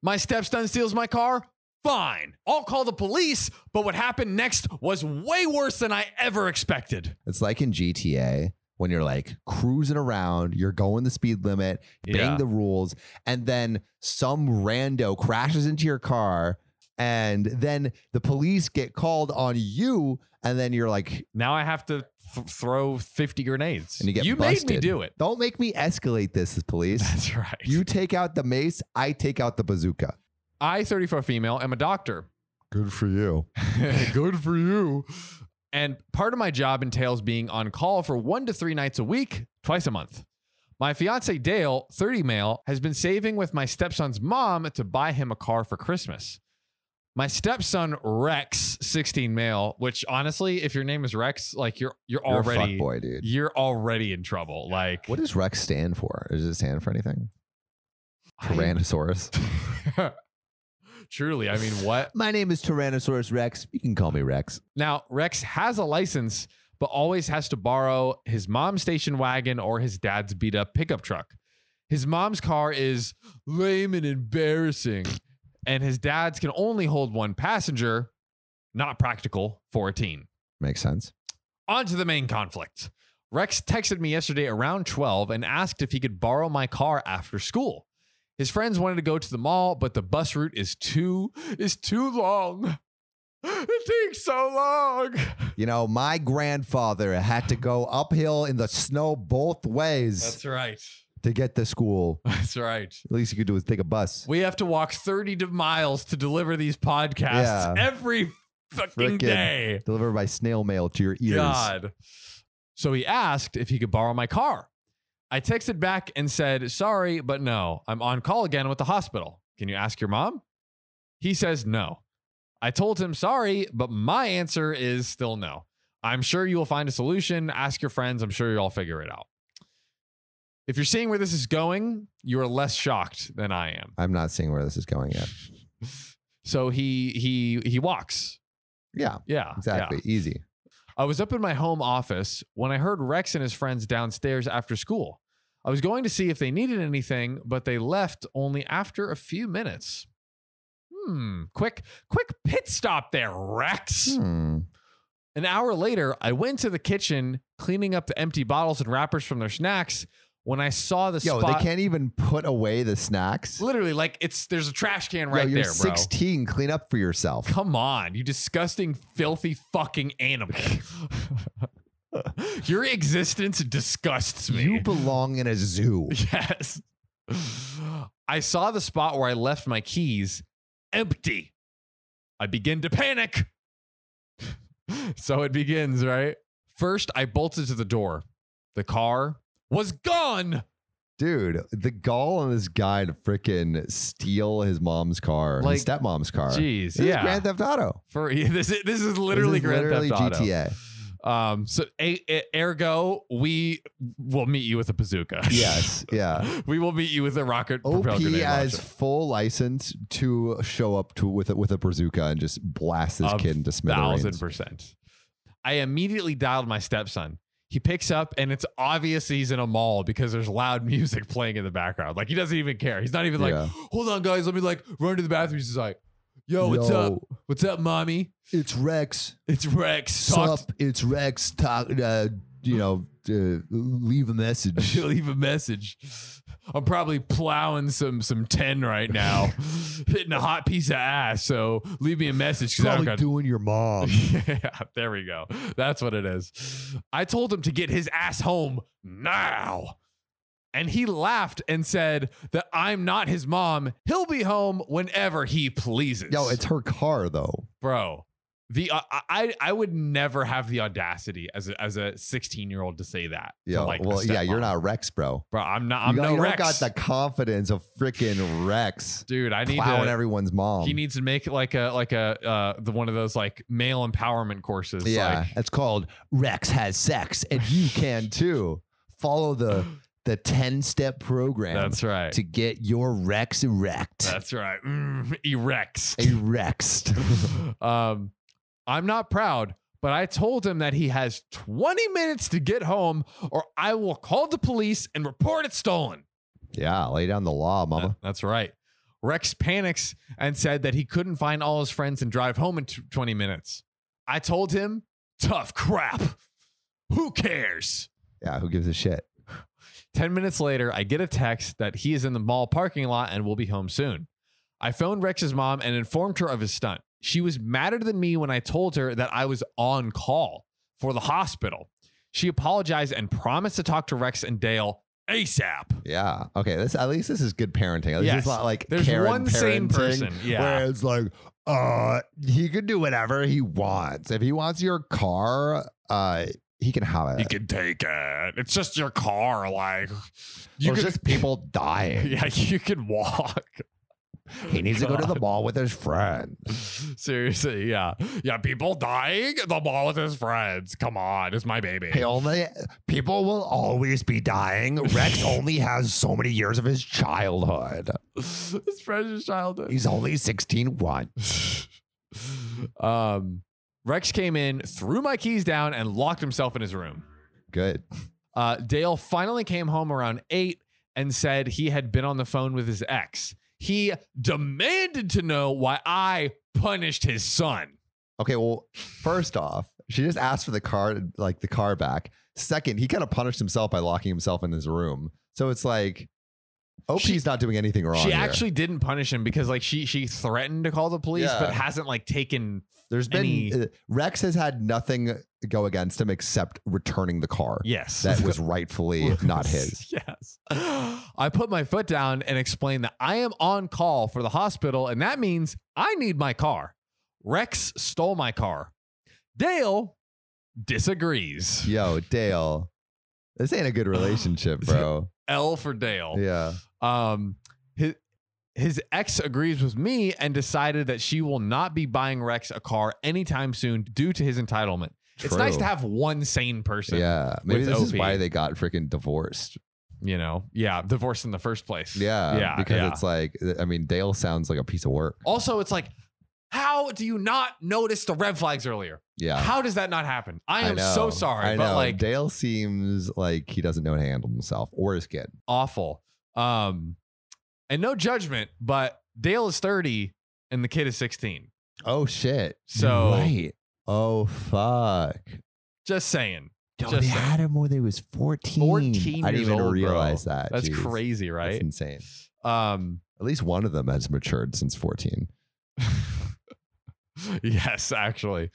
My stepson steals my car. Fine. I'll call the police. But what happened next was way worse than I ever expected. It's like in GTA when you're like cruising around, you're going the speed limit, bang Yeah. the rules, and then some rando crashes into your car, and then the police get called on you, and then you're like, Now I have to th- throw 50 grenades. and you get busted. made me do it. Don't make me escalate this, police. That's right. you take out the mace, I take out the bazooka. I, 34 female, am a doctor. Good for you. Good for you. And part of my job entails being on call for one to three nights a week, twice a month. My fiance Dale, 30 male, has been saving with my stepson's mom to buy him a car for Christmas. My stepson Rex, 16 male, which honestly, if your name is Rex, like you're you're, You're already a fuckboy, dude. you're already in trouble. Like What does Rex stand for? Does it stand for anything? I- Tyrannosaurus. Truly, I mean, what My name is Tyrannosaurus Rex. You can call me Rex. Now, Rex has a license, but always has to borrow his mom's station wagon or his dad's beat up pickup truck. His mom's car is lame and embarrassing, and his dad's can only hold one passenger. Not practical for a teen. Makes sense. On to the main conflict. Rex texted me yesterday around 12 and asked if he could borrow my car after school. His friends wanted to go to the mall, but the bus route is too is too long. It takes so long. You know, my grandfather had to go uphill in the snow both ways right. to get to school. That's right. At least you could do is take a bus. We have to walk 30 to miles to deliver these podcasts Yeah. every fucking Frickin' day. Delivered by snail mail to your ears. God. So he asked if he could borrow my car. I texted back and said, Sorry, but no, I'm on call again with the hospital. Can you ask your mom? He says, No. I told him, Sorry, but my answer is still no. I'm sure you will find a solution. Ask your friends. I'm sure you'll all figure it out. If you're seeing where this is going, you are less shocked than I am. I'm not seeing where this is going yet. So he he he walks. Yeah, Yeah. yeah. exactly. Easy. I was up in my home office when I heard Rex and his friends downstairs after school. I was going to see if they needed anything, but they left only after a few minutes. Hmm, quick, quick pit stop there, Rex. Hmm. An hour later, I went to the kitchen cleaning up the empty bottles and wrappers from their snacks when I saw the Yo, spot. they can't even put away the snacks. Literally, like it's there's a trash can Yo, right you're there, bro. 16. Clean up for yourself. Come on, you disgusting, filthy fucking animal. Your existence disgusts me. You belong in a zoo. yes. I saw the spot where I left my keys empty. I begin to panic. so it begins, right? First, I bolted to the door. The car was gone. Dude, the gall on this guy to freaking steal his mom's car, Like, his stepmom's car. Jeez, This is Grand Theft Auto. For this, is, this is literally this is Grand literally Theft Auto. GTA. Um, so a, a- ergo, we will meet you with a bazooka. Yes, yeah. we will meet you with a rocket OP propelled grenade has launcher. full license to show up to with a, with a bazooka and just blast this Of kid into thousand smithereens. percent. I immediately dialed my stepson. He picks up, and it's obvious he's in a mall because there's loud music playing in the background. Like he doesn't even care. He's not even Yeah. like, "Hold on, guys, let me like run to the bathroom." He's just like, "Yo, what's Yo, up? What's up, mommy? It's Rex. It's Rex. Talk Sup? It's Rex. Talk. Uh, you know, uh, leave a message. She'll leave a message. I'm probably plowing some some ten right now, hitting a hot piece of ass. So leave me a message because I don't Probably got. doing your mom. yeah, there we go. That's what it is. I told him to get his ass home now, and he laughed and said that I'm not his mom. He'll be home whenever he pleases. Yo, it's her car though. bro. The uh, I I would never have the audacity as a, as a 16 year old to say that. to, Yeah. like, a well, yeah. You're stepmom. not Rex, bro. Bro, I'm not. You I'm got- no you Rex. don't got the confidence of freaking Rex dude i need plowing to everyone's mom. he needs to make like a like a uh the one of those like male empowerment courses yeah, like, it's called Rex has sex, and you can too. Follow the the ten step program. that's right Oh, to get your Rex erect. that's right mm, erects Erect. um i'm not proud but i told him that he has 20 minutes to get home or i will call the police and report it stolen yeah, lay down the law, mama. Uh, That- that's right Rex panics and said that he couldn't find all his friends and drive home in t- 20 minutes. I told him, tough crap. Who cares? Yeah, who gives a shit? 10 minutes later, I get a text that he is in the mall parking lot and will be home soon. I phoned Rex's mom and informed her of his stunt. She was madder than me when I told her that I was on call for the hospital. She apologized and promised to talk to Rex and Dale ASAP. Yeah. Okay. This at least this is good parenting. At least Yes. It's not like There's Karen one sane parenting, person. Yeah. Where it's like, uh, he could do whatever he wants. If he wants your car, uh, he can have it. You can take it. It's just your car. Like, you There's could, just people dying. yeah, you could walk. He needs to go to the mall with his friend. Seriously, yeah. Yeah, people dying at the mall with his friends. Come on, it's my baby. He only people will always be dying. Rex only has so many years of his childhood. his precious childhood. He's only 16 one. um, Rex came in, threw my keys down, and locked himself in his room. Good. Uh, Dale finally came home around eight and said he had been on the phone with his ex. He demanded to know why I punished his son. Okay, well, first off, she just asked for the car, like the car back. Second, he kind of punished himself by locking himself in his room. So it's like, OP's She- not doing anything wrong. she here. actually didn't punish him because like she she threatened to call the police, Yeah. but hasn't like taken. there's been any- uh, Rex has had nothing go against him except returning the car Yes, that was rightfully not his. yes. I put my foot down and explained that I am on call for the hospital, and that means I need my car. Rex stole my car. Dale disagrees. Yo, Dale, this ain't a good relationship, bro. L for Dale. Yeah. Um, his his ex agrees with me and decided that she will not be buying Rex a car anytime soon due to his entitlement. It's nice True. to have one sane person. Yeah. Maybe with this is OP. why they got freaking divorced. You know. Yeah. Divorced in the first place. Yeah. Yeah, Because yeah. it's like, I mean, Dale sounds like a piece of work. Also, it's like, how do you not notice the red flags earlier? Yeah. How does that not happen? I am know, so sorry, I but know. like Dale seems like he doesn't know how to handle himself or his kid. awful. Um, and no judgment, but Dale is 30 and the kid is 16. Oh shit! You're So- right. Oh fuck! Just saying. Yo, Just they saying. had him when they was fourteen. 14 I didn't years even old, bro. realize that. That's Jeez. crazy, That's right? insane. Um, At least one of them has matured since fourteen. yes, actually.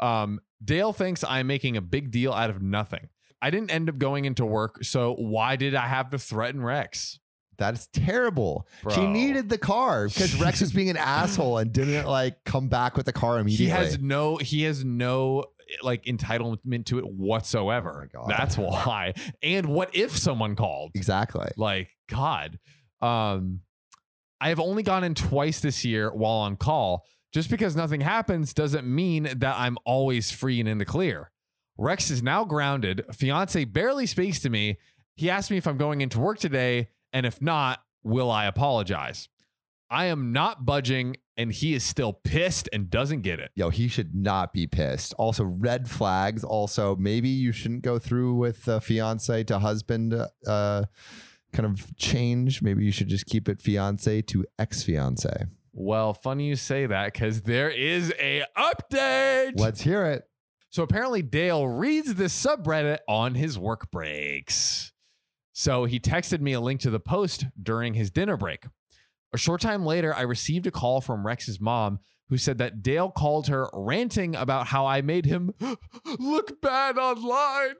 Um, Dale thinks I'm making a big deal out of nothing. I didn't end up going into work, so why did I have to threaten Rex? That's terrible. She Bro. needed the car because Rex was being an asshole and didn't like come back with the car He immediately. has no he has no like entitlement to it whatsoever. Oh my God. That's why. And what if someone called? exactly. Like God. Um, I have only gone in twice this year while on call. Just because nothing happens doesn't mean that I'm always free and in the clear. Rex is now grounded. Fiance barely speaks to me. He asked me if I'm going into work today, and if not, will I apologize? I am not budging, and he is still pissed and doesn't get it. Yo, he should not be pissed. Also, red flags. Also, maybe you shouldn't go through with the fiance to husband uh, kind of change. Maybe you should just keep it fiance to ex fiance. Well, funny you say that because there is a update. Let's hear it. So apparently Dale reads this subreddit on his work breaks. So he texted me a link to the post during his dinner break. A short time later, I received a call from Rex's mom who said that Dale called her ranting about how I made him look bad online.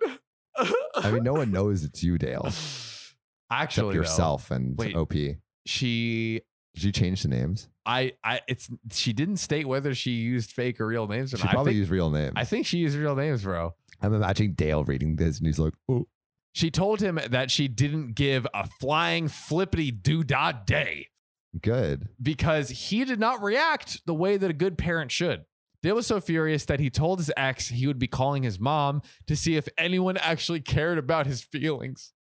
I mean, no one knows it's you, Dale, except Actually, though, yourself and Wait. OP. Did she you change the names? I I it's she didn't state whether she used fake or real names or She not. I probably think, used real names. I think she used real names, bro. I'm imagining Dale reading this and he's like, oh, She told him that she didn't give a flying flippity doo dah day good. because he did not react the way that a good parent should. Dale was so furious that he told his ex he would be calling his mom to see if anyone actually cared about his feelings.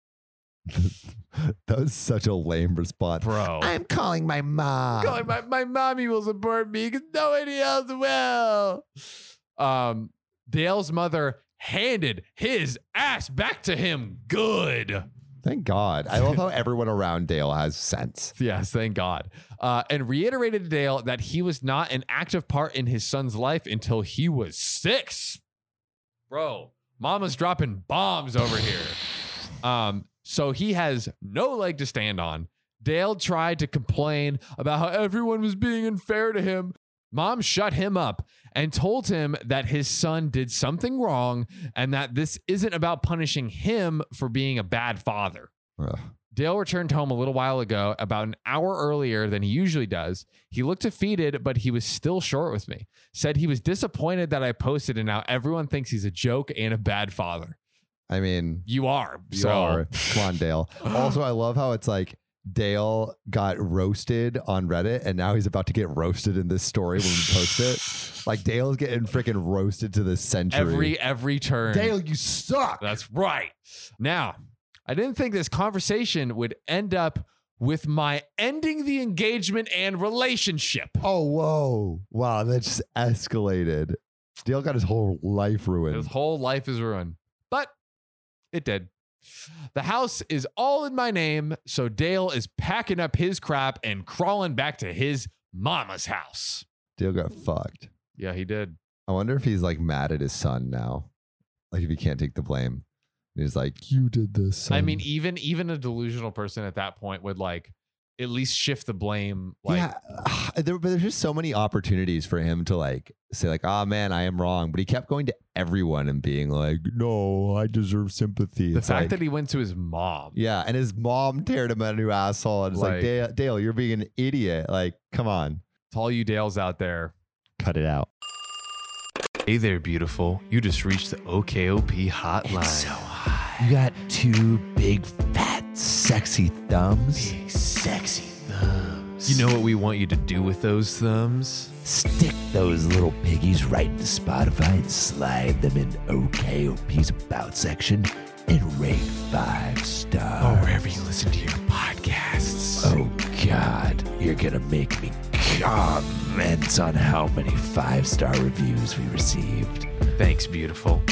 that was such a lame response. Bro. I'm calling my mom. Oh. Calling my, my mommy will support me because nobody else will. Um, Dale's mother handed his ass back to him good. Thank God. I love how everyone around Dale has sense. Yes, thank God. Uh, and reiterated to Dale that he was not an active part in his son's life until he was six. Bro, mama's dropping bombs over here. Um, so he has no leg to stand on. Dale tried to complain about how everyone was being unfair to him. Mom shut him up and told him that his son did something wrong and that this isn't about punishing him for being a bad father. Ugh. Dale returned home a little while ago, about an hour earlier than he usually does. He looked defeated, but he was still short with me. Said he was disappointed that I posted, and now everyone thinks he's a joke and a bad father. I mean, You are. you so are. Come on, Dale. Also, I love how it's like Dale got roasted on Reddit and now he's about to get roasted in this story when we post it. Like, Dale's getting freaking roasted to the century. every every turn. Dale, you suck. That's right. Now, I didn't think this conversation would end up with my ending the engagement and relationship. Oh, whoa. Wow, that just escalated. Dale got his whole life His ruined. whole life is ruined. But it did. The house is all in my name, so Dale is packing up his crap and crawling back to his mama's house. Dale got fucked. Yeah, he did. I wonder if he's like mad at his son now. Like, if he can't take the blame. And He's like, you did this. I son." mean, even even a delusional person at that point would like at least shift the blame. Like, yeah, there, but there's just so many opportunities for him to like say like, "Ah, man, I am wrong," but he kept going to everyone and being like, "No, I deserve sympathy." the It's fact like- that he went to his mom. yeah, and his mom teared him a new asshole, and it's like, Like- Dale, Dale, you're being an idiot. Like, come on, To all you Dales out there, cut it out. Hey there, beautiful. You just reached the OKOP hotline. You got two big, fat, sexy thumbs. sexy thumbs. You know what we want you to do with those thumbs? Stick those little piggies right into Spotify and slide them in OKOP's About section and rate five stars. wherever you listen to your podcasts. Oh, God, you're gonna make me comment on how many five star reviews we received. Thanks, beautiful.